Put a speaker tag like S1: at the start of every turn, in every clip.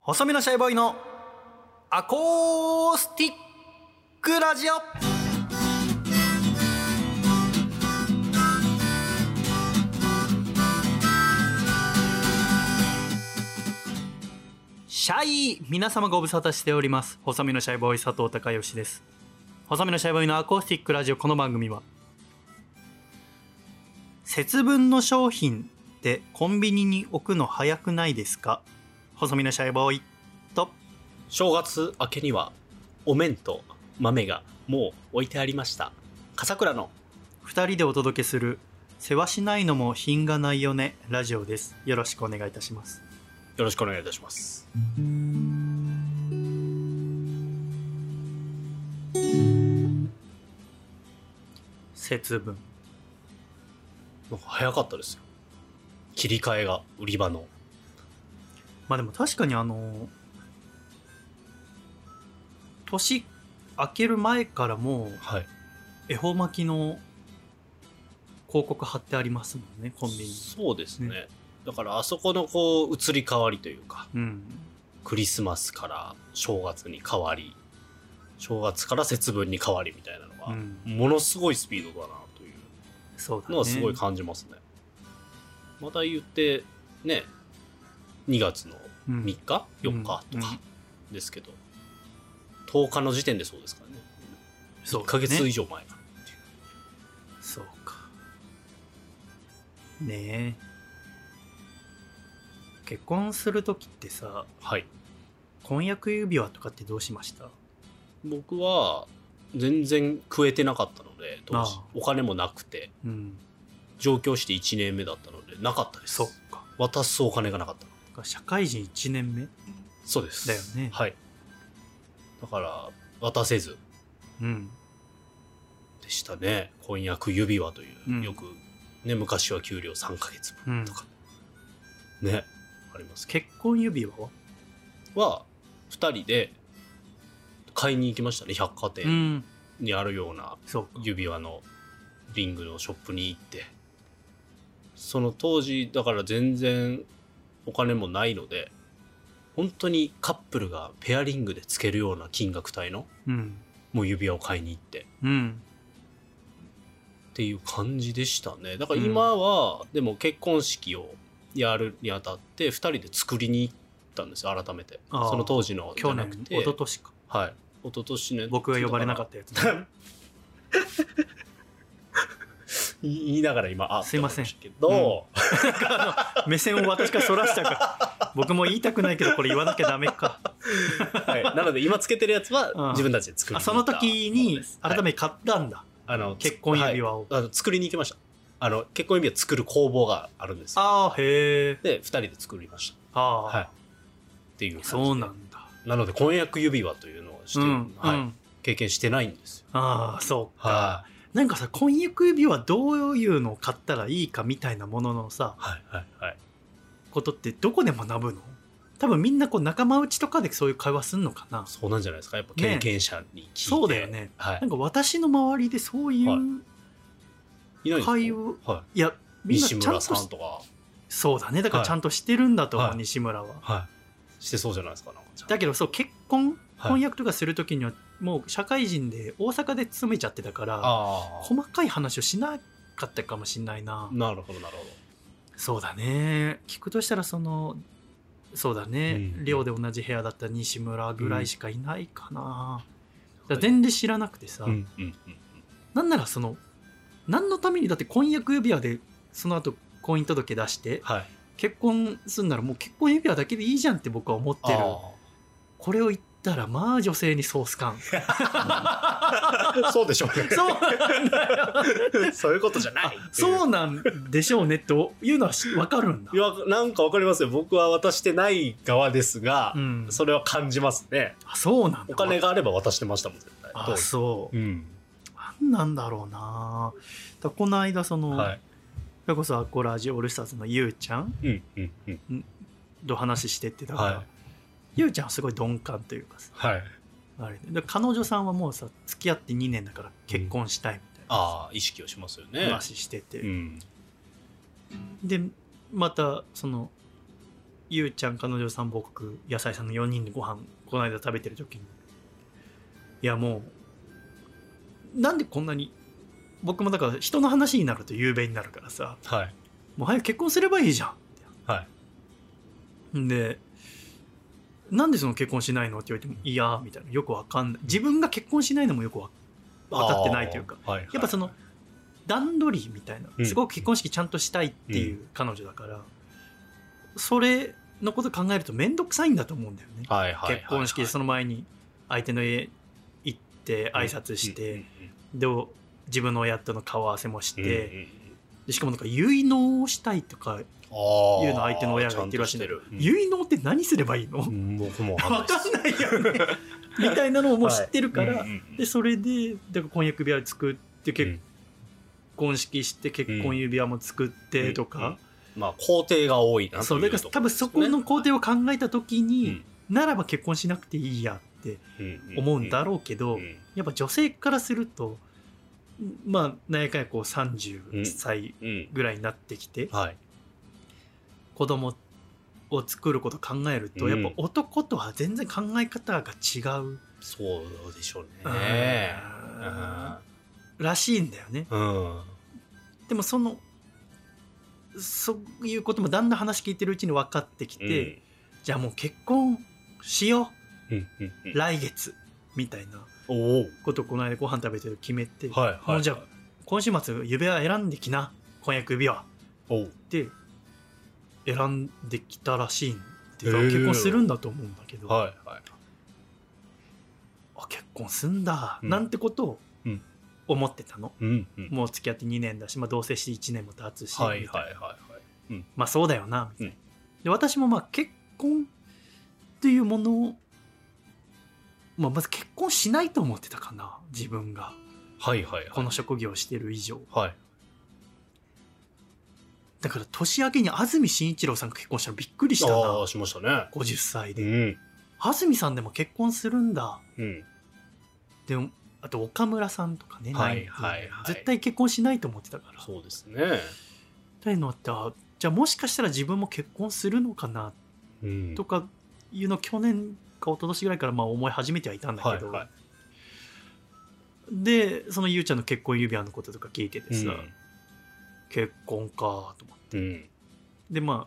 S1: 細身のシャイボーイのアコースティックラジオシャイ皆様ご無沙汰しております細身のシャイボーイ佐藤孝義です細身のシャイボーイのアコースティックラジオこの番組は節分の商品ってコンビニに置くの早くないですか細身のシャイボーイと
S2: 正月明けにはお面と豆がもう置いてありました笠倉の
S1: 2人でお届けする「世話しないのも品がないよね」ラジオですよろしくお願いいたします
S2: よろしくお願いいたします
S1: 節分
S2: なんか早かったですよ切り替えが売り場の
S1: まあでも確かにあの年明ける前からもう
S2: はい
S1: 恵方巻きの広告貼ってありますもんねコンビニ
S2: そうですね
S1: ね
S2: だからあそこのこう移り変わりというか
S1: うん
S2: クリスマスから正月に変わり正月から節分に変わりみたいなの
S1: う
S2: が、
S1: ん
S2: ものすごいスピードだなという
S1: そうだね
S2: のはすごい感じますねまた言ってね2月の
S1: うん
S2: 3日、
S1: う
S2: 4日
S1: ん
S2: とかですけど、10日の時点でそうですからね
S1: そう
S2: 1ヶ月
S1: ね
S2: 以上前からっていう
S1: そうかねえ結婚する時ってさ
S2: はい
S1: 婚約指輪とかってどうしました
S2: 僕は全然食えてなかったので当時
S1: ああ
S2: お金もなくて
S1: うん
S2: 上京して1年目だったのでなかったです
S1: そっか
S2: 渡すお金がなかったの
S1: 社会人1年目
S2: そうです
S1: だよね
S2: はいだから渡せず
S1: うん
S2: でしたね婚約指輪という、
S1: うん
S2: よくね昔は給料3ヶ月分とか、ねありますけ
S1: 結婚指輪は
S2: どは2人で買いに行きましたね百貨
S1: う
S2: 店
S1: ん
S2: にあるような
S1: そうか
S2: 指輪のリングのショップに行ってその当時だから全然お金もないので本当にカップルがペアリングでつけるような金額帯の
S1: うん
S2: もう指輪を買いに行って
S1: うん
S2: っていう感じでしたねだから今は、でも結婚式をやるにあたって2人で作りに行ったんですよ改めて
S1: あー
S2: その当時のじ
S1: 去
S2: ゃな
S1: 年
S2: くて
S1: 一昨年か
S2: はい一昨年ね
S1: 僕が呼ばれなかったやつ
S2: だから 言いながら今あ
S1: すいません
S2: って思いましたけど、
S1: 目線を私からそらしたから僕も言いたくないけどこれ言わなきゃダメ か
S2: はい、なので今つけてるやつ
S1: うん
S2: は自分たちで作り
S1: あ
S2: に
S1: そ
S2: 行った
S1: の時に改めて買ったんだ
S2: はいあの
S1: 結婚指輪を
S2: はいあの作りに行きましたあの結婚指輪作る工房があるんですよ
S1: ああへえ
S2: で2人で作りました
S1: あ
S2: はい
S1: あ
S2: っていう感じで
S1: そうなんだ
S2: なので婚約指輪というのをして、
S1: うん
S2: はい
S1: うん
S2: 経験してないんですよ。
S1: ああそうか、
S2: は
S1: なんかさ婚約指輪どういうのを買ったらいいかみたいなもののさ
S2: い、はいはいはい。
S1: ことってどこで学ぶの多分みんなこう仲間内とかでそういう会話すんのかな
S2: そうなんじゃないですかやっぱ
S1: ね
S2: 経験者に聞いて、
S1: そうだよね
S2: は
S1: なんか私の周りでそういう、
S2: はい
S1: い、
S2: い。いないですか
S1: 会話
S2: は
S1: や
S2: い。
S1: みんなち
S2: 西
S1: ゃんと
S2: 村さ
S1: し
S2: んとか、
S1: そうだねだから
S2: はい
S1: ちゃんとしてるんだと思う、
S2: はい
S1: 西村は、
S2: はい。してそうじゃないですかなんかちゃんと
S1: だけどそう結婚
S2: はい
S1: 婚約とかする時にはもう社会人で大阪で勤めちゃってたから、
S2: ああ。
S1: 細かい話をしなかったかもしんないな、
S2: なるほどなるほど。
S1: そうだね聞くとしたらそのそうだね、
S2: うん
S1: 寮で同じ部屋だった西村ぐらいしかいないかな、だから
S2: はい
S1: 全然知らなくてさ、
S2: うんうんうんうん。
S1: なんならその何のためにだって婚約指輪でその後婚姻届出して
S2: はい。
S1: 結婚すんならもう結婚指輪だけでいいじゃんって僕は思ってるこれを言ってたらまあ女性にソース 感
S2: あ あ。そうでしょうね。
S1: そうなんだよ
S2: そういうことじゃない。
S1: あ。そううなんでしょうねというのはしわかるんだ
S2: いやなんかわかりますよ。僕は渡してない側ですが、
S1: うん
S2: それは感じますね。
S1: あそうなんだ
S2: お金があれば渡してましたもん絶対。
S1: あそう
S2: う。うん。
S1: なんなんだろうなだこの間その、
S2: はい。
S1: それこそアコラジオールスターズのゆうちゃん
S2: うんうんうん。
S1: と話してってだから、
S2: はい。
S1: ゆうちゃんはすごい鈍感というかさ
S2: はい。
S1: あれでで彼女さんはもうさ付き合って2年だから結婚したいみたいな
S2: ああ、意識をしますよね。
S1: 話してて、
S2: うん。
S1: でまたそのゆうちゃん彼女さん僕野菜さんの4人でご飯この間食べてる時にいやもうなんでこんなに僕もだから人の話になると雄弁になるからさ
S2: はい
S1: もう早く結婚すればいいじゃん
S2: はい
S1: で、なんでその結婚しないのって言われても、いや、みたいな、よくわかんない。自分が結婚しないのもよくわ当たってないというか、
S2: あーはいはい
S1: やっぱその段取りみたいな
S2: う、ん
S1: すごく結婚式ちゃんとしたいっていう彼女だから、それのこと考えると面倒くさいんだと思うんだよね。
S2: はいはいはいはい
S1: 結婚式でその前に相手の家行って挨拶して、で、自分の親との顔合わせもし
S2: うんうんうん
S1: て、でしかもなんか結納をしたいとかいう
S2: うんうんあー
S1: の相手の親が言ってるらしいんだけど
S2: ち、ゃんとしてる
S1: 結納って何すればいいの
S2: うんうん僕もわかんない
S1: わかんないよねみたいなのをもう知ってるから、
S2: うんうんうん
S1: でそれでだから婚約指輪作って
S2: う
S1: 結
S2: ん
S1: 婚式して結婚指輪も作ってと
S2: うんうん
S1: か、
S2: まあ工程が多いな
S1: そうだから多分そこの工程を考えた時に、ならば結婚しなくていいやって思うんだ
S2: ろ
S1: ろうけど、
S2: ん
S1: やっぱ女性からするとまあ何やかんやこう30歳
S2: うん
S1: ぐらいになってきて、
S2: はい
S1: 子供を作ることを考えると、
S2: うん
S1: やっぱ男とは全然考え方が違う。
S2: そうでしょうね
S1: うんらしいんだよね
S2: うん
S1: でもそのそういうこともだんだん話聞いてるうちに分かってきて、じゃあもう結婚しよ
S2: うんうんう
S1: うん来月みたいな
S2: おお
S1: ことをこの間ご飯食べてる決めて、
S2: はいはい
S1: もうじゃあ今週末指輪選んできな婚約指輪
S2: おう
S1: って選んできたらしいんで、
S2: へえ
S1: 結婚するんだと思うんだけど、
S2: はいはい
S1: あ結婚すんだ、
S2: うん
S1: なんてことを
S2: うん
S1: 思ってたの、
S2: うんうん
S1: もう付き合って2年だし、まあ、同棲して1年も経つし、
S2: はい
S1: みた
S2: はいい
S1: な
S2: はいはい
S1: まあそうだよなみたいな、
S2: うん
S1: で私もまあ結婚っていうものを、まあ、まず結婚しないと思ってたかな自分が
S2: はいはいはい
S1: この職業をしてる以上
S2: はい
S1: だから年明けに安住紳一郎さんが結婚したのびっくりした
S2: あ
S1: な
S2: あしましたね
S1: 50歳
S2: う
S1: で、
S2: ん
S1: 安住さんでも結婚するんだ
S2: うん
S1: でもあと岡村さんとかね、
S2: は
S1: ナ
S2: い
S1: インティナイン
S2: はいはい
S1: 絶対結婚しないと思ってたから
S2: そうですね
S1: というのってあじゃあもしかしたら自分も結婚するのかなって
S2: うん
S1: とかいうの去年か一昨年ぐらいからまあ思い始めてはいたんだ
S2: は
S1: け
S2: い
S1: ど、
S2: はい
S1: でそのゆうちゃんの結婚指輪のこととか聞いてて
S2: う
S1: さ、
S2: ん
S1: 結婚かと思って
S2: うん
S1: でまあ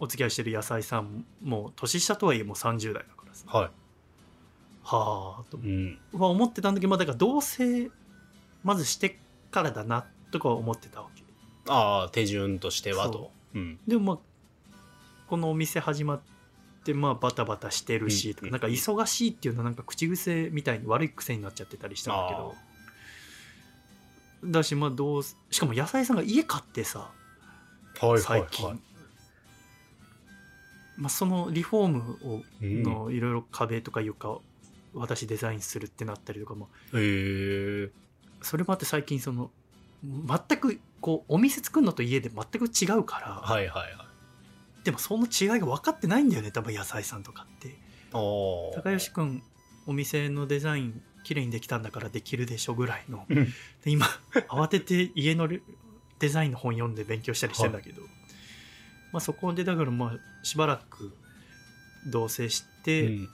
S1: お付き合いしてる野菜さんも年下とはいえもう30代だからさは
S2: は
S1: あと
S2: いうん
S1: は思ってたんだけど、まあ、だから同棲まずしてからだなとかは思ってたわけ
S2: ああ手順としてはと
S1: そ
S2: うん
S1: でもまあこのお店始まってまあバタバタしてるしとか、
S2: うん
S1: なんか忙しいっていうのはなんか口癖みたいに悪い癖になっちゃってたりしたんだけどだしまあどうすしかも野菜さんが家買ってさ
S2: はいはい
S1: 最
S2: は
S1: 近、まあ、そのリフォームを
S2: いうん
S1: のいろいろ壁とか床私デザインするってなったりとかも
S2: へえ
S1: それもあって最近その全くこうお店作るのと家で全く違うから、
S2: はいはいはい
S1: でもその違いが分かってないんだよね多分野菜さんとかって
S2: お
S1: 高吉くんお店のデザイン綺麗にできたんだからできるでしょぐらいの
S2: うん
S1: で 今慌てて家のレデザインの本読んで勉強したりしてんだけど、まあ、そこでだからまあしばらく同棲し
S2: う
S1: て、
S2: んうん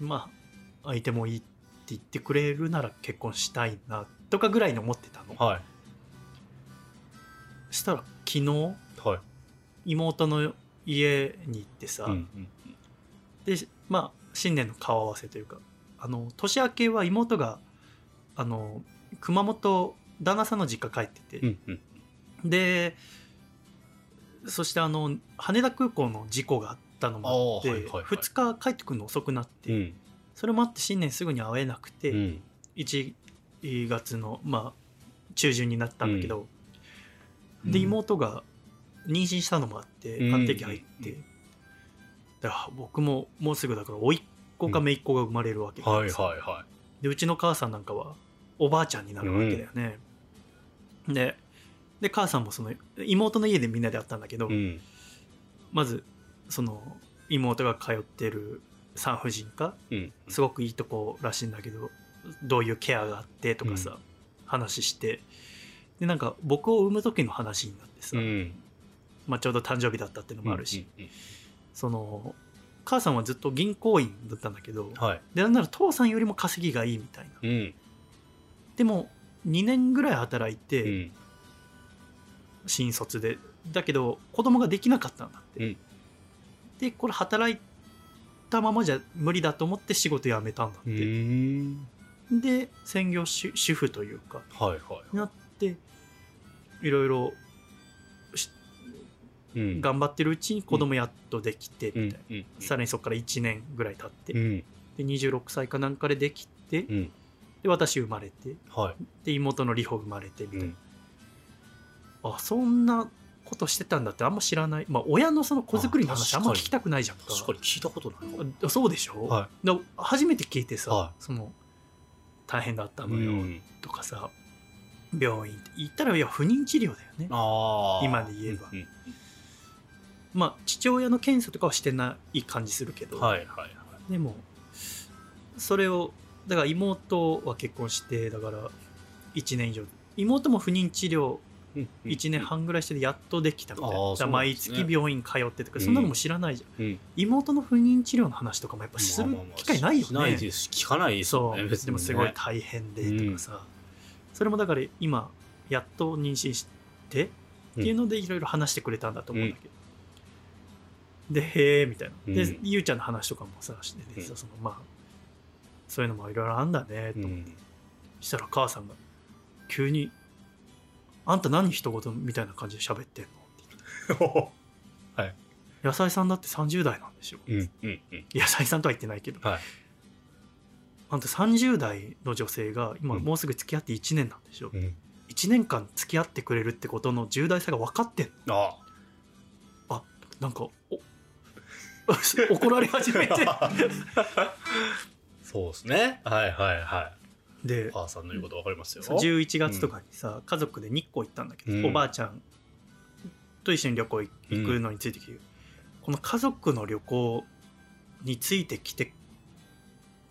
S2: うん
S1: まあ相手もいいって言ってくれるなら結婚したいなとかぐらいに思ってたの
S2: は
S1: したら昨日
S2: いはい
S1: 妹の家に行ってさ、
S2: うんうん
S1: でまあ新年の顔合わせというかあの年明けは妹があの熊本旦那さんの実家帰って
S2: う
S1: て、
S2: んうん
S1: でそしてあの羽田空港の事故があったのもあって、
S2: あーはいはいはい
S1: 2日帰ってくるの遅くなって、
S2: うん
S1: それもあって新年すぐに会えなくて、
S2: うん
S1: 1月の、まあ、中旬になったんだけど、で
S2: うん
S1: 妹が妊娠したのもあって
S2: うん
S1: 鑑定機入って、
S2: うん
S1: だから僕ももうすぐだから甥っ子か姪っ子が生まれるわけだから
S2: はい
S1: さ
S2: はいは
S1: でうちの母さんなんかはおばあちゃんになるわけだよね、でで母さんもその妹の家でみんなで会ったんだけど、
S2: いうん
S1: まずその妹が通ってる産婦人科
S2: うん
S1: すごくいいとこらしいんだけどどういうケアがあってとかさ、
S2: う
S1: 話してでなんか僕を産む時の話になってさ、
S2: うん
S1: まあ、ちょうど誕生日だったっていうのもあるし、
S2: うん
S1: その母さんはずっと銀行員だったんだけど
S2: はい。
S1: でなんなら父さんよりも稼ぎがいいみたいな
S2: うん。
S1: でも2年ぐらい働いうて
S2: ん。
S1: 新卒でだけど子供ができなかったんだって、
S2: うん
S1: でこれ働いたままじゃ無理だと思って仕事辞めたんだっ
S2: う
S1: て、
S2: ーん。
S1: で専業主主婦というか
S2: はいは
S1: になっていろいろし
S2: い。うん。
S1: 頑張ってるうちに子供やっとできてみ
S2: う
S1: たい
S2: ん
S1: な、。
S2: うん。
S1: さらにそこから1年ぐらい経って、
S2: うん。
S1: で26歳かなんかでできて、
S2: うん。
S1: で私生まれて
S2: は
S1: で妹のリホ生まれてみ
S2: い。
S1: た
S2: う
S1: いな、
S2: ん。
S1: あそんなことしてたんだってあんま知らない、まあ、親のその子作りの話
S2: あ
S1: あん
S2: 確か
S1: ま
S2: に
S1: 聞きたくないじゃんか
S2: 確かに聞いたことないかも。
S1: あそうでしょ、
S2: は
S1: だ初めて聞いてさ、
S2: は
S1: その大変だった
S2: う
S1: のよ
S2: ん。
S1: とかさ、病院行ったらいや不妊治療だよね
S2: ああ。
S1: 今で言えば
S2: うんうん
S1: まあ父親の検査とかはしてない感じするけど、
S2: はいはいはい。
S1: でもそれをだから妹は結婚してだから1年以上妹も不妊治療
S2: うん
S1: 1年。半ぐらいしてやっとできたみたいな
S2: あー
S1: だから
S2: そうなん
S1: 毎
S2: ですね
S1: 月病院通ってとか
S2: うん
S1: そんなのも知らないじゃん、
S2: うん
S1: 妹の不妊治療の話とかもやっぱする
S2: まあまあまあ
S1: 機会ないよ
S2: しない
S1: ね
S2: ですし、聞かないです
S1: そ
S2: よね。
S1: う
S2: 別に
S1: で
S2: ね
S1: もすごい大変でとかさ、それもだから今やっと妊娠してっていうのでいろいろ話してくれたんだと思うんだけど、でへえみたいなで、
S2: うん
S1: ゆうちゃんの話とかもさしててさそのまあそういうのもいろいろあんだねと
S2: う
S1: 思って
S2: ん。
S1: したら母さんが急に「あんた何一言みたいな感じで喋ってんの?」って言って「野菜さんだって30代なんでしょ」
S2: うんうんうん。
S1: 野菜さんとは言ってないけど、
S2: はい
S1: あんた30代の女性が今
S2: うん
S1: もうすぐ付き合って1年なんでしょ、
S2: うん。
S1: 1年間付き合ってくれるってことの重大さが分かってんの
S2: あ
S1: なんかお 怒られ始め て
S2: あ。そうですね。はいはいはい。
S1: で
S2: お母さんの言うことわかりますよ。
S1: そう11月とかにさ、家族で日光行ったんだけど、
S2: うん
S1: おばあちゃんと一緒に旅行行行くのについてきて、この家族の旅行についてきて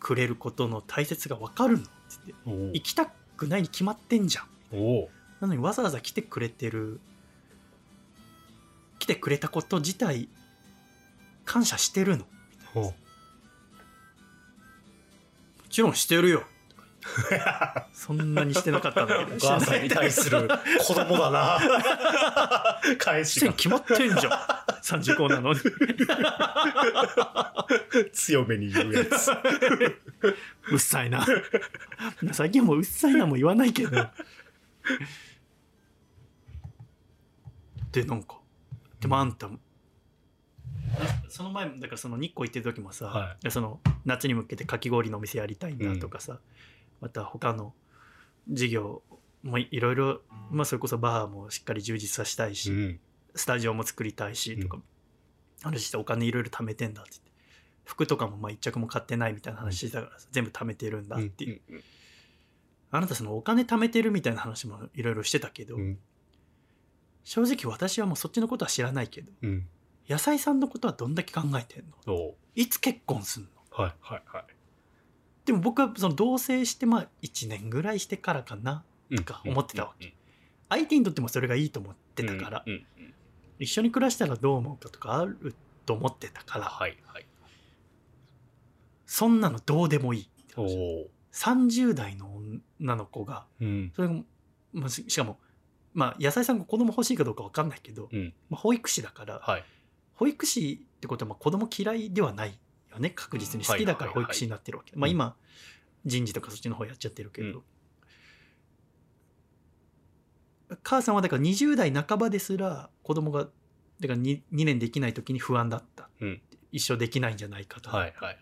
S1: くれることの大切が分かるのって言って
S2: おう
S1: 行きたくないに決まってんじゃん
S2: おう。
S1: なのにわざわざ来てくれてる来てくれたこと自体感謝してるのも
S2: おう
S1: ちろんしてるよ そんなにしてなかったんだけど
S2: お母さんに対する子供だな。返
S1: し
S2: して
S1: ん
S2: が
S1: 決まってんじゃん35なのに
S2: 強めに言うやつ。
S1: うっさいな。最近はもううっさいなも言わないけど。で、なんか、でもあんたも、その前も、だからその日光行ってる時もさ、
S2: は
S1: その夏に向けてかき氷のお店やりたいんだとかさ、また他の事業もいろいろ、まあそれこそバーもしっかり充実させたいし、
S2: うん。
S1: スタジオも作りたいしとか、話してお金いろいろ貯めてんだって言って服とかもまあ一着も買ってないみたいな話してたからさ、全部貯めてるんだっていう、
S2: うん
S1: あなたそのお金貯めてるみたいな話もいろいろしてたけど、
S2: うん
S1: 正直私はもうそっちのことは知らないけど
S2: うん。
S1: 野菜さんのことはどんだけ考えてんの
S2: おう
S1: いつ結婚すんの
S2: はいはいはい。
S1: でも僕はその同棲してまあ1年ぐらいしてからかな
S2: うん
S1: か思ってたわ
S2: け。っ
S1: 相手にとってもそれがいいと思ってたから、。
S2: うんうん
S1: 一緒に暮らしたらどう思うかとかあると思ってたから、
S2: はいはい。
S1: そんなのどうでもいいって
S2: お
S1: 話
S2: お。
S1: 30代の女の子が
S2: うん。
S1: それが、まあ、ししかも、まあ、野菜さんが子供欲しいかどうか分かんないけど、
S2: うん
S1: まあ、保育士だから
S2: はい。
S1: 保育士ってことはまあ子供嫌いではないよね確実に
S2: は
S1: 好
S2: い
S1: きだから
S2: はいは
S1: 保
S2: い
S1: 育士になってるわけ、
S2: うん
S1: まあ、今人事とかそっちの方やっちゃってるけど、母さんはだから20代半ばですら子供がだから 2, 2年できない時に不安だった、
S2: うん
S1: 一生できないんじゃないかと、
S2: はいはいはい。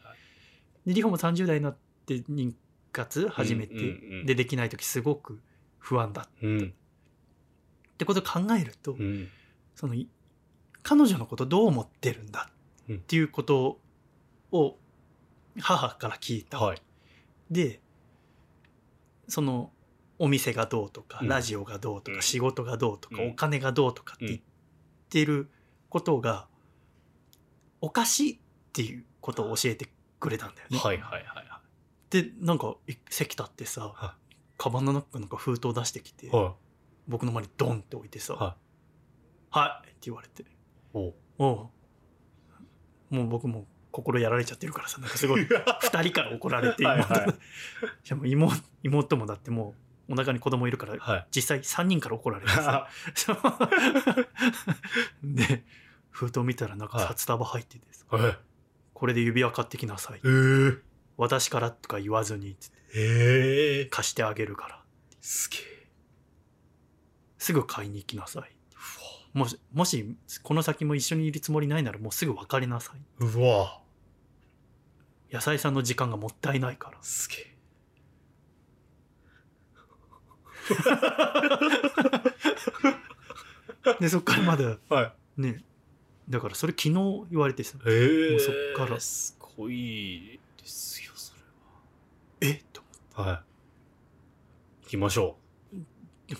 S1: でリホも30代になって妊活始めて、
S2: うんうんうん
S1: でできない時すごく不安だっ
S2: うん。
S1: てことを考えると、
S2: うん。
S1: そのい彼女のことどう思ってるんだ
S2: うん
S1: っていうことを母から聞いた、
S2: はい。
S1: でそのお店がどうとか、
S2: うん
S1: ラジオがどうとか、
S2: うん
S1: 仕事がどうとか、
S2: うん
S1: お金がどうとかって言ってることがおかしいっていうことを教えてくれたんだよね。
S2: はいはいはいは
S1: でなんかい席立ってさ、
S2: は
S1: カバンの中なんか封筒出してきて、
S2: い。は
S1: 僕の前にドンって置いてさ「
S2: は
S1: はい」って言われて
S2: い。おう
S1: 「おうもう僕も心やられちゃってるからさなんかす ごい二人から怒られて
S2: はい
S1: 妹
S2: はい
S1: いやもう妹妹もだってもうお腹に子供いるから
S2: はい。
S1: 実際3人から怒られて さで封筒見たらなんか札束入っててさ、
S2: はい。
S1: これで指輪買ってきなさい
S2: えー、
S1: 私からとか言わずにつって
S2: えー、
S1: 貸してあげるから
S2: すげえ。
S1: すぐ買いに行きなさいもしもしこの先も一緒にいるつもりないならもうすぐ別れなさいう
S2: わうわ
S1: 野菜さんの時間がもったいないから
S2: すげえ。
S1: でそっからまだ
S2: は い。
S1: ねだからそれ昨日言われてさ
S2: えー、
S1: もうそっから
S2: すごいですよ、それ
S1: えっと
S2: は。はい。行きましょ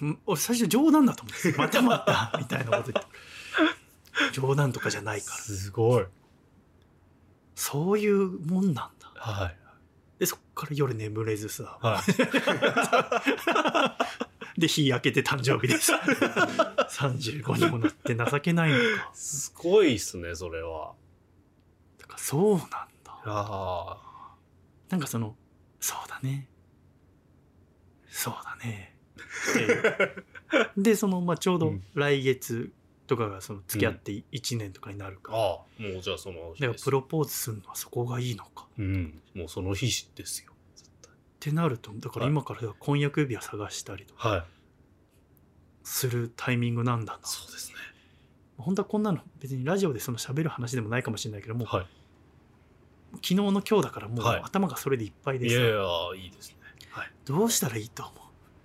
S1: うん俺最初冗談だと思って またまたみたいなこと言って冗談とかじゃな
S2: う。
S1: いから
S2: すごい。
S1: そういうもんなんだ
S2: はい。
S1: でそっから夜眠れずさ
S2: はい。
S1: で日焼けて誕生日です 35にもなって情けないの か
S2: すごいっ すね、それは。
S1: だからそうなんだ
S2: あ
S1: なんかそのそうだねそうだねって いうでその、まあ、ちょう
S2: う
S1: ど
S2: ん
S1: 来月とかがその付き合って1年とかになる
S2: あ。
S1: から、
S2: ああ、もうじゃあその日
S1: だ
S2: で
S1: から
S2: す
S1: プロポーズするのはそこがいいのか
S2: うん。もうその日ですよ。絶対
S1: ってなるとだから
S2: はい
S1: 今から婚約指輪探したりとか
S2: はい。
S1: するタイミングなんだな
S2: そうですね。
S1: 本当はこんなの別にラジオでその喋る話でもないかもしれないけどもう
S2: は
S1: 昨日の今日だからもう
S2: はい
S1: 頭がそれでいっぱい
S2: い。
S1: で
S2: い
S1: す、
S2: やいや、いいですね。はい。
S1: どうしたらいいと思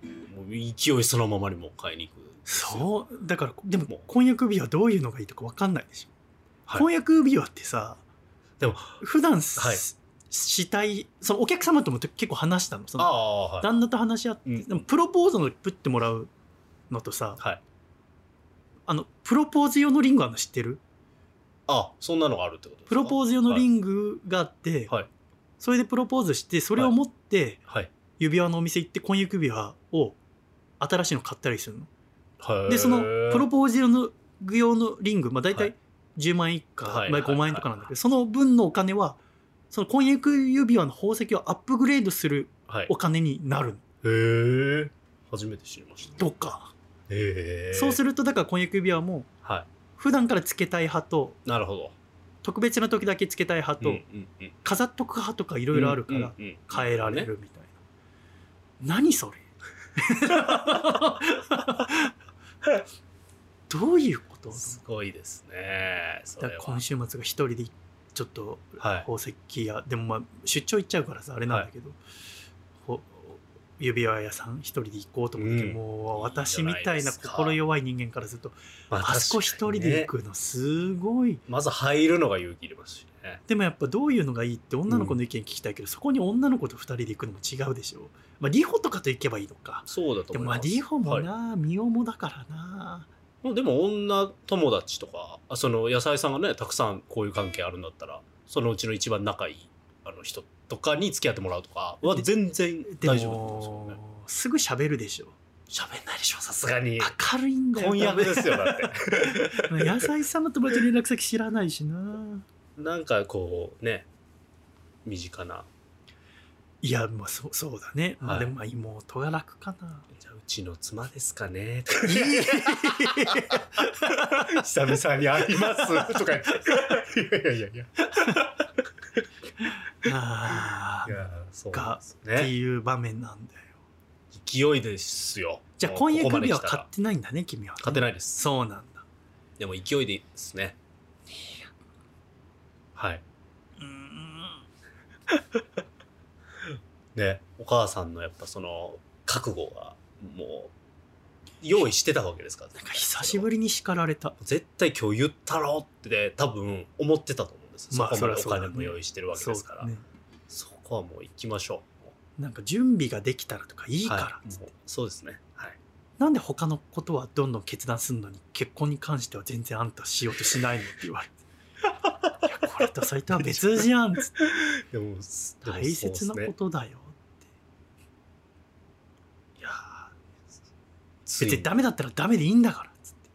S1: う
S2: もう勢いそのままにもう買いに行く。
S1: そうだからで
S2: もう
S1: も婚約指輪どういうのがいいとか分かんないでしょ、
S2: はい
S1: 婚約指輪ってさ
S2: でも
S1: 普段す、
S2: はい
S1: したいそのお客様とも結構話したのそ
S2: あ
S1: の
S2: あ、はい。
S1: 旦那と話し合って、
S2: うん
S1: でもプロポーズのプってもらうのとさ
S2: はい。
S1: あのプロポーズ用のリングあるの知ってる
S2: あ、そんなのがあるってことですか
S1: プロポーズ用のリングがあって、
S2: はい
S1: それでプロポーズしてそれを持って
S2: はい。
S1: 指輪のお店行って婚約指輪を新しいの買ったりするの。
S2: はい。
S1: でそのプロ
S2: ポ
S1: ポーズ用の具用のリング、まあ、大
S2: はい
S1: 体10万円以下、
S2: はい
S1: まあ、
S2: はい
S1: 5万円とかなんだけどその分のお金はその婚約指輪の宝石をアップグレードする
S2: はい
S1: お。金になるの
S2: へえ。初めて知りました。
S1: とか、
S2: へえ。
S1: そうす
S2: る。
S1: るとだから婚約指輪も
S2: は
S1: 普段からつけたい派と
S2: い。なるほど。
S1: 特別な時だけつけたい派と、
S2: うんうん。い
S1: 飾っとく派とかいろいろあるから、変えられ。 るみたいな、何それどういうこと
S2: すごいですね。そ
S1: だ
S2: れ
S1: から
S2: は
S1: 今。週末が一人でちょっと
S2: はい。
S1: 宝石屋でもまあ出張行っちゃうからさあれなんだけど、ほ指輪屋さん一人で行こうと思って、
S2: うん
S1: もう私
S2: いいじゃ
S1: み
S2: ない
S1: た
S2: で
S1: いな
S2: すか
S1: 心弱い人間からすると
S2: ま
S1: あそこ一人で
S2: く。
S1: 行くのすごい
S2: まず入るのが勇気いりますしね。
S1: でもやっぱどういうのがいいって女の子の意見聞きたいけど、そこに女の子と二人で行くのも違うでしょまあリホとかと行けばいいのか
S2: そうだと
S1: で
S2: 思
S1: もま
S2: い
S1: あ
S2: ます。
S1: リホもな、身重だからな
S2: まあでも女友達とかあその野菜さんがねたくさんこういう関係あるんだったらそのうちの一番仲いいあの人とかに付き合ってもらうとかは
S1: で
S2: 全然
S1: で
S2: 大丈夫だと思うん
S1: も
S2: です
S1: ぐ喋るでしょ
S2: すよね喋んないでしょさすがに
S1: 明るいんだよ
S2: 婚約ですよだって
S1: 多分野菜さんの友達の連絡先知らないしな
S2: なんかこうね身近ない
S1: やまあそうそうだね、ま
S2: は
S1: あ
S2: い
S1: でもまあ妹が楽かな
S2: じゃあうちの妻です かねとか久々に会いますとか言っていやいやいやいや
S1: あ
S2: いやそうなん
S1: か
S2: です
S1: ーって
S2: ね
S1: いう場面なんだよ
S2: 勢いですよ
S1: じゃあ
S2: もう
S1: 婚
S2: ここ
S1: 約
S2: まで
S1: 指輪
S2: 来た
S1: 買
S2: ら
S1: ってないんだね君はね、
S2: 勝てないです
S1: そうなんだ
S2: でも勢いでいいですね。はい。
S1: うーん
S2: ね、お母さんのやっぱその覚悟がもう用意してたわけですから。
S1: なんか久しぶりに叱られた
S2: 絶対今日言ったろって、ね、多分思ってたと思うんですよ。
S1: まあ
S2: そこまでお
S1: そりゃそうだ
S2: 金
S1: ね
S2: も用意してるわけですから。そ,、
S1: だね
S2: こはもう行きましょ。
S1: なんか準備ができたらとかいういから、
S2: はいもうそうですね。はい。
S1: なんで他のことはどんどん決断するのに結婚に関しては全然あんたしようとしないのって言われ ていやこれとそれとは別じ ゃんっつって
S2: でも、でもそう
S1: 大切な
S2: です
S1: こ
S2: ね
S1: とだよ
S2: いやーつい
S1: 別
S2: に
S1: にダメだったらダメでいいんだからっつって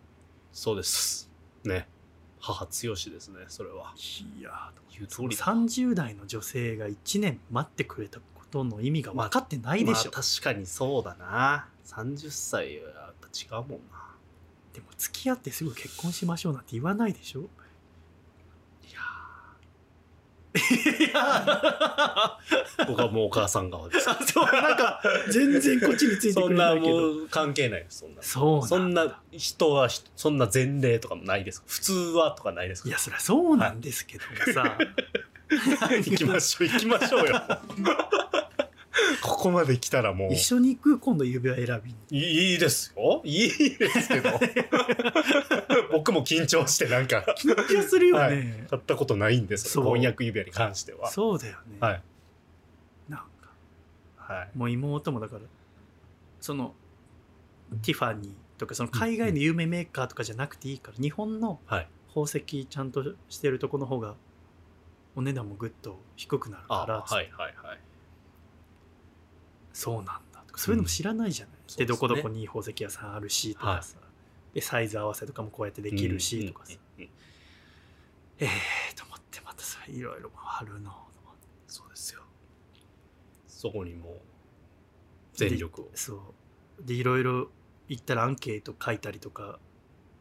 S2: そうです。ね。母強しですねそれはい
S1: や
S2: 言う通
S1: ー
S2: りだ
S1: 30代の女性が1年待ってくれたことの意味が分かってないでしょ、
S2: まあ確かにそうだな30歳はやっぱ違うもんな
S1: でも付き合ってすぐ結婚しましょうなんて言わないでしょ
S2: い
S1: いや
S2: やー僕はもうお母さん側 です
S1: そうなんか全然こっちについて
S2: そ
S1: く
S2: ん
S1: れな
S2: ない
S1: け
S2: も
S1: ど
S2: う関係ないですそんな
S1: そう
S2: そん
S1: なんだ
S2: な人はひそんな前例とかもないです普通はとかないです
S1: い
S2: か
S1: やそりゃそうなんですけどもさ
S2: 行きましょう行きましょうよここまで来たらもう
S1: 一緒に行く今度指輪選びに
S2: いいですよいいですけ ど僕も緊張してなんか
S1: 緊張するよね、
S2: は買ったことないんです
S1: そう
S2: 婚約指輪に関しては
S1: そうだよね、
S2: はい
S1: なんか
S2: はい
S1: もう妹もだからそのティファニーとかその海外の有名メーカーとかじゃなくていいから、日本の
S2: はい
S1: 宝石ちゃんとしてるとこの方がお値段もぐっと低くなる
S2: あ
S1: から
S2: はいはいはい
S1: そうなんだとかそういうのも知らないじゃない、
S2: うん
S1: でどこどこに宝石屋さんあるしとかさ、でサイズ合わせとかもこうやってできるしとかさ、
S2: うんうんうん
S1: ええー、と思ってまたさいろいろ回るのと思って
S2: そうですよそこにもう全力を
S1: そうでいろいろ行ったらアンケート書いたりとか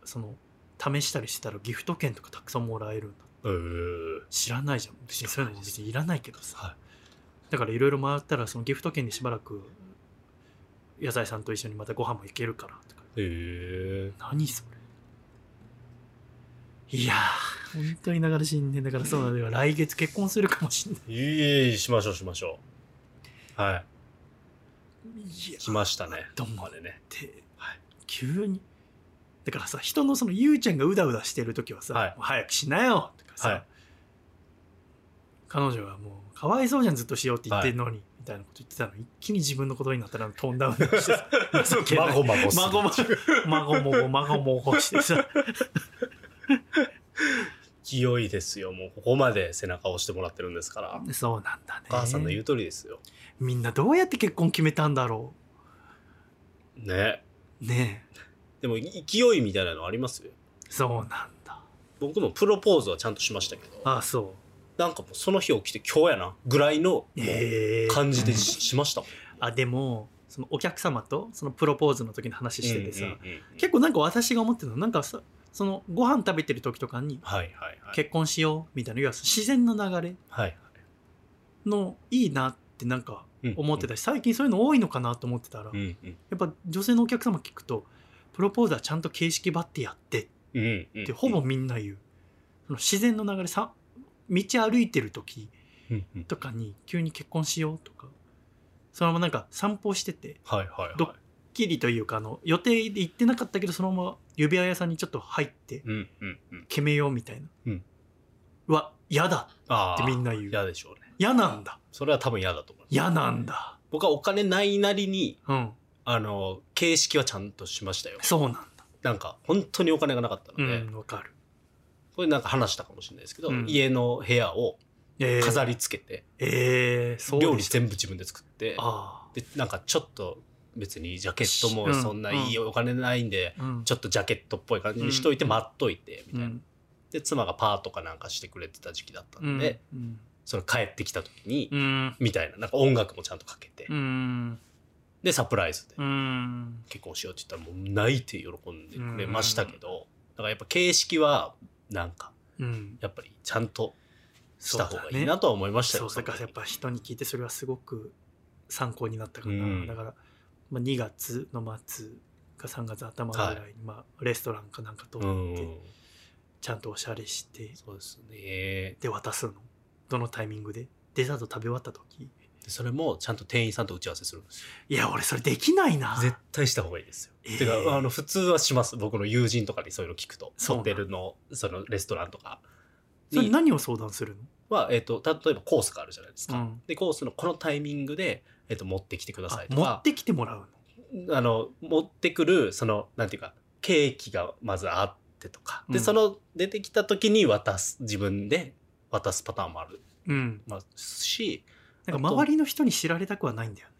S1: その試したりしてたらギフト券とかたくさんもらえるんだ
S2: うー
S1: 知らないじゃん別にそういうのも別にいらないけどさ
S2: は
S1: だからいろいろ回ったらそのギフト券でしばらく野菜さんと一緒にまたご飯も行けるからとか
S2: いへえ
S1: 何それいやー本当に流れ新年だからそうなんだよ来月結婚するかもしんない
S2: いいしましょうしましょうはい
S1: いや
S2: 来ましたね
S1: どん
S2: こ
S1: ま
S2: こ
S1: で
S2: までね
S1: って、
S2: はい
S1: 急にだからさ人のそのゆうちゃんがうだうだしてる時はさ、
S2: はい
S1: もう早くしなよとかさ、
S2: はい
S1: 彼女はもうかわいそうじゃんずっとしようって言ってんのに、みたいなこと言ってたのに一気に自分のことになったらトーンダウンしてさ 情けない
S2: 孫
S1: 孫
S2: 孫
S1: も孫も孫も起こして さ
S2: 勢いですよもうここまで背中を押してもらってるんですから
S1: そうなんだね
S2: お母さんの言う通りですよ
S1: みんなどうやって結婚決めたんだろ
S2: ね
S1: うねえ
S2: でも勢いみたいなのありますよ
S1: そうなんだ
S2: 僕もプロポーズはちゃんとしましたけど
S1: ああそ
S2: なんかもうその日起きて今日やなぐらいの
S1: うええ
S2: 感じでし,、ましたもん
S1: あでもそのお客様とそのプロポーズの時の話しててさ、
S2: うんうんうん
S1: 結構なんか私が思ってるのはなんかさそのご飯食べてる時とかに
S2: はいはいはい
S1: 結婚しようみたいな要は自然の流れ
S2: はい
S1: のいいなってなんか
S2: はい
S1: 思ってたし最近そういうの多いのかなと思ってたら
S2: う
S1: や
S2: んうん
S1: っぱ女性のお客様聞くとプロポーズはちゃんと形式ばってやって
S2: うんうん
S1: ってほぼみんな言うその自然の流れさ道歩いてる時
S2: うんうん
S1: とかに急に結婚しようとかそのままなんか散歩してて
S2: はいはい
S1: ど
S2: は
S1: きりというかあの予定で行ってなかったけどそのまま指輪屋さんにちょっと入って
S2: いうんうんうん
S1: 決めようみたいな、
S2: うん
S1: わ嫌だ
S2: あ
S1: ってみんな言う
S2: 嫌でしょうね
S1: 嫌なんだ
S2: それは多分嫌だと思う
S1: 嫌なんだ
S2: 僕はお金ないなりに
S1: うん
S2: あの形式はちゃんとしましたよ
S1: そうなんだ
S2: なんか本当にお金がなかった
S1: う
S2: ので、
S1: んわかる、
S2: これなんか話したかもしれないですけど、
S1: うん
S2: 家の部屋を
S1: えー、
S2: 飾り付けて、
S1: えー、そう
S2: 料
S1: で
S2: 理
S1: す
S2: 全部自分で作って
S1: あ
S2: でなんかちょっと別にジャケット
S1: う
S2: も
S1: ん
S2: そんないいお金ないんで、
S1: あうん
S2: ちょっとジャケットっぽい感じにしといて待っといてみ
S1: う
S2: たいな、
S1: ん
S2: で妻がパーとかなんかしてくれてた時期だった
S1: うん
S2: んで、
S1: うん
S2: その帰ってきた時に、
S1: うん
S2: みたいななんか音楽もちゃんとかけて、
S1: うん
S2: でサプライズで
S1: うん
S2: 結婚しようって言ったらもう泣いて喜んでくれましたけど、だからやっぱ形式はなんか
S1: うん
S2: やっぱりちゃんとし
S1: そう
S2: た
S1: だ
S2: 方がい
S1: ね
S2: いなとは思いました
S1: そ
S2: よ。
S1: うだからやっぱ人に聞いてそれはすごく参考になったかな、
S2: うん
S1: だから、まあ、2月の末か3月頭ぐらいに、まあ、レストランかなんか通っ
S2: う
S1: て、
S2: ん、
S1: ちゃんとおしゃれして
S2: そうですね。
S1: で渡すのどのタイミングでデザート食べ終わった時
S2: でそれもちゃんと店員さんと打ち合わせするんですよ。
S1: いや俺それできないな
S2: 絶対した方がいいですよ。
S1: えー
S2: てかあの普通はします僕の友人とかにそういうの聞くと
S1: そう
S2: ホ
S1: なん
S2: テルのそのレストランとか
S1: それ
S2: に
S1: 何を相談する
S2: は、えっと例えばコースがあるじゃないですか。
S1: の、うん
S2: でコースのこのタイミングで、えっと持ってきてくださ
S1: あ
S2: いと
S1: 持
S2: か
S1: ってきてもらうの
S2: あの持ってくるそのなんていうかケーキがまずあってとかで、
S1: うん
S2: その出てきた時に渡す自分で渡すパターンもある、
S1: うん
S2: ますし
S1: なんか周りの人に知られたくはないんだよね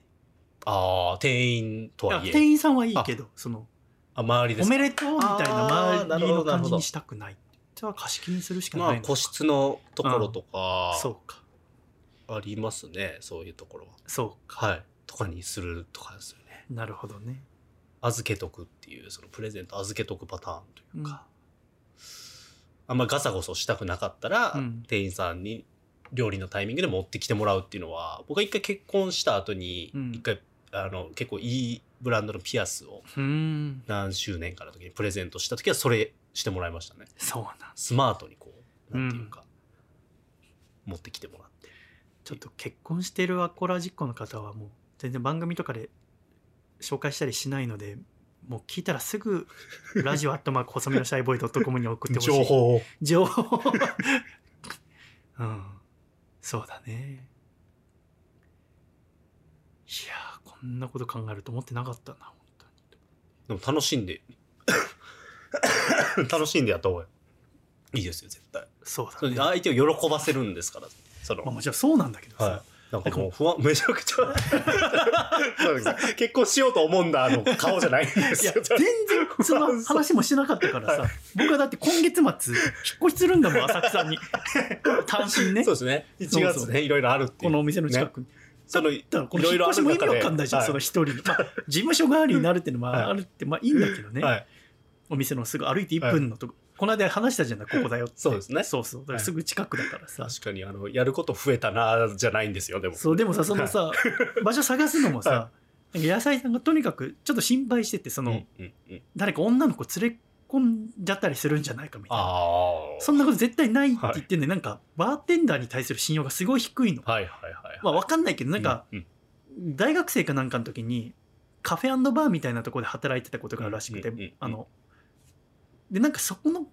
S2: ああ店員とはいい
S1: や
S2: え
S1: 店員さんはいいけどその
S2: あ周りで
S1: お
S2: すか
S1: めでとうみたいな
S2: あーな
S1: 周り
S2: るほ
S1: の
S2: どな
S1: 感
S2: るほ
S1: じ
S2: ど
S1: にしたくないては貸し切りにするしか
S2: ま
S1: ない
S2: あ
S1: のか
S2: 個室のところとか
S1: そうか
S2: ありますねそういうところは
S1: そ
S2: はいとかにするとかですよね
S1: うなるほどね
S2: 預けとくっていうそのプレゼント預けとくパターンというか、あんまガサゴソしたくなかったら、
S1: うん
S2: 店員さんに料理のタイミングで持ってきてもらうっていうのは僕は一回結婚した後に
S1: うん
S2: 一回、あの結構いいブランドのピアスを
S1: うーん
S2: 何周年かの時にプレゼントした時はそれしてもらいましたね
S1: そうなん
S2: スマートにこうなんていうか、持ってきてもらって
S1: ちょっと結婚してるアコラジッコの方はもう全然番組とかで紹介したりしないのでもう聞いたらす ぐ「ラジオアットマーク細身のシャイボーイドットコム」に送ってほしい
S2: 情報を
S1: 情報 うんそうだねいやーこんなこと考えると思ってなかったな本当に
S2: でも楽しんで 楽しんでやった方がいいですよ絶対
S1: そう
S2: そ
S1: だ
S2: れ
S1: ね
S2: で相手を喜ばせるんですからその
S1: まあ、もちろんそうなんだけどさ、
S2: はい。なんかもう不安、めちゃくちゃ。そうです結婚しようと思うんだ、あの顔じゃないんで
S1: い
S2: す
S1: や
S2: よ。
S1: 全然その話もしなかったからさ、僕はだって今月末引っ越しするんだ もん浅草に単身ね
S2: そうですね。1
S1: そうそ
S2: 月
S1: う
S2: ね、いろいろあるって
S1: こ
S2: いう。
S1: のお店の近くに、
S2: その、い
S1: だからこの引っ越しも意味わかんないじゃん、その一人まあ、事務所代わりになるっていうのも
S2: はい
S1: あるって、まあいいんだけどね、
S2: はい。
S1: お店のすぐ歩いて1分のとこ、この間話したじゃないここだよって
S2: そうですね
S1: そうそうだからすぐ近くだからさ、
S2: 確かに、あの、やること増えたな、じゃないんですよ、でも。
S1: そうでもさそのさ、場所探すのもさ、
S2: は
S1: なんか野菜さんがとにかくちょっと心配しててその、
S2: うんうんうん
S1: 誰か女の子連れ込んじゃったりするんじゃないかみたいな
S2: ああ。
S1: そんなこと絶対ないって言ってんね、なんかバーテンダーに対する信用がすごい低いの。
S2: はいはいはい。
S1: まあわかんないけど、なんか
S2: うん、
S1: 大学生かなんかの時にカフェバーみたいなところで働いてたことがあるらしく
S2: うんうんうん
S1: て、あの、で、なんかそこの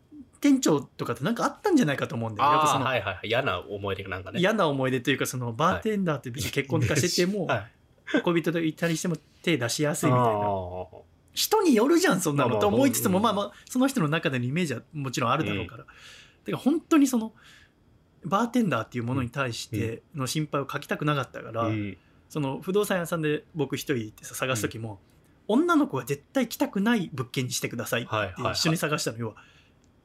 S1: 店長とかってなんかあったんじゃないかと思うんだよね。やっぱ
S2: あ
S1: そ
S2: あ、
S1: の
S2: はいはいはい。嫌な思い出がなんかね。
S1: 嫌な思い出というか、そのバーテンダーって別に結婚とかしてても
S2: は、い
S1: 恋人といたりしても手出しやすい
S2: あ
S1: みたいな。
S2: ー
S1: 人によるじゃんそんな
S2: まあま
S1: の
S2: あ
S1: と思いつつも
S2: うん
S1: まあまあその人の中でのイメージはもちろんあるだろうから、てか本当にそのバーテンダーっていうものに対しての心配をかきたくなかったから、
S2: うん
S1: その不動産屋さんで僕一人行ってさ探す時も、女の子は絶対来たくない物件にしてくださいって
S2: はいはいはい
S1: 一緒に探したの要は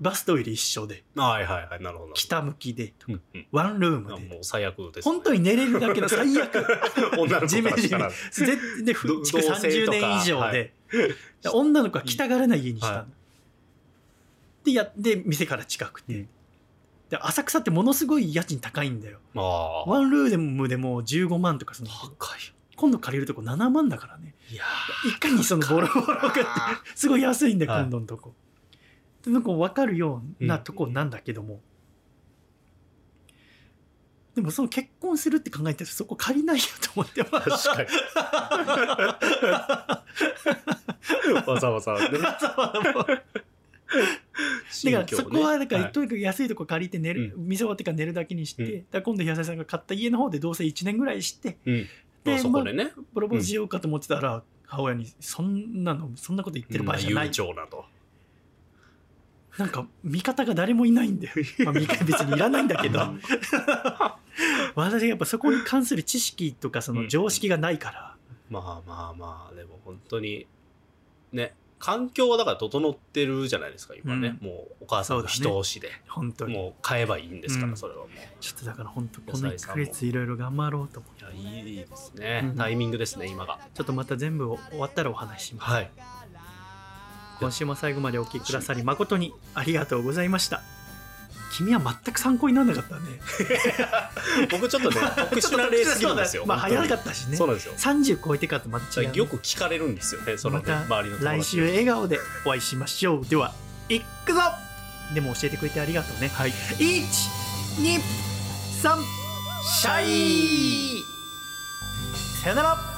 S1: バストイレ一緒で
S2: はいはいはい。なるほど。
S1: 北向きで
S2: うんうん
S1: ワンルームで
S2: もう最悪ですね。
S1: 本当に寝れるだけの最悪
S2: 女の子からしたら。
S1: 絶で
S2: ど
S1: 築
S2: 同棲
S1: 30
S2: とか
S1: 年以上
S2: は
S1: で、女の子は来たがらない家にしたの、
S2: は
S1: でやで店から近くて、
S2: うん
S1: で浅草ってものすごい家賃高いんだよ
S2: ああ。
S1: ワンルームでもう15万とかその
S2: 高
S1: 今度借りるとこ7万だからね
S2: い。いや
S1: いかにそのボロボロがすごい安いんだよ
S2: はい
S1: 今度のとこ、でなんか分かるようなとこなんだけども、でもその結婚するって考えたらそこ借りないよと思ってます
S2: 確かに。わざわざ、ね。
S1: だ
S2: 新
S1: か
S2: 居を
S1: ら
S2: ね
S1: そこはだから
S2: い
S1: とにかく安いとこ借りて寝る、店終わってから寝るだけにして、
S2: うん
S1: だから今度野菜さんが買った家の方でどうせ1年ぐらいして
S2: うん
S1: で
S2: まあそこでね、
S1: プロポーズしようかと思ってたら、母親にそんなのそんなこと言ってる場合じゃ
S2: ま
S1: な
S2: あ
S1: い、
S2: 悠長なと。
S1: なんか味方が誰もいないんだ よ、まあ、味方別にいらないんだけど 私やっぱそこに関する知識とかその常識がないから、
S2: まあまあまあ、でも本当に、ね、環境はだから整ってるじゃないですか、今ね。
S1: う
S2: もうお母さんの人押しで、
S1: 本当に
S2: もう買えばいいんですから、
S1: うん
S2: それはもう。
S1: ちょっとだから本当
S2: 野
S1: この
S2: 菜
S1: 1
S2: さん
S1: ヶ
S2: も
S1: 月いろいろ頑張ろうと思う
S2: いや、いいですね。
S1: うん
S2: タイミングですね、今が。
S1: ちょっとまた全部を終わったらお話しします
S2: はい。
S1: 今週も最後までお聞きくださり誠にありがとうございました君は全く参考にならなかったね
S2: 僕ちょっとね、特殊な例すぎるんですよ。
S1: まあ
S2: 本当
S1: 早
S2: に
S1: かったしね
S2: そうなんですよ。
S1: 30超えてからとまた違うね
S2: よく聞かれるんですよね、その
S1: ま
S2: ね、
S1: た
S2: 周りの友達に
S1: 来週笑顔でお会いしましょうではいっくぞでも教えてくれてありがとうねはい123シャイさよなら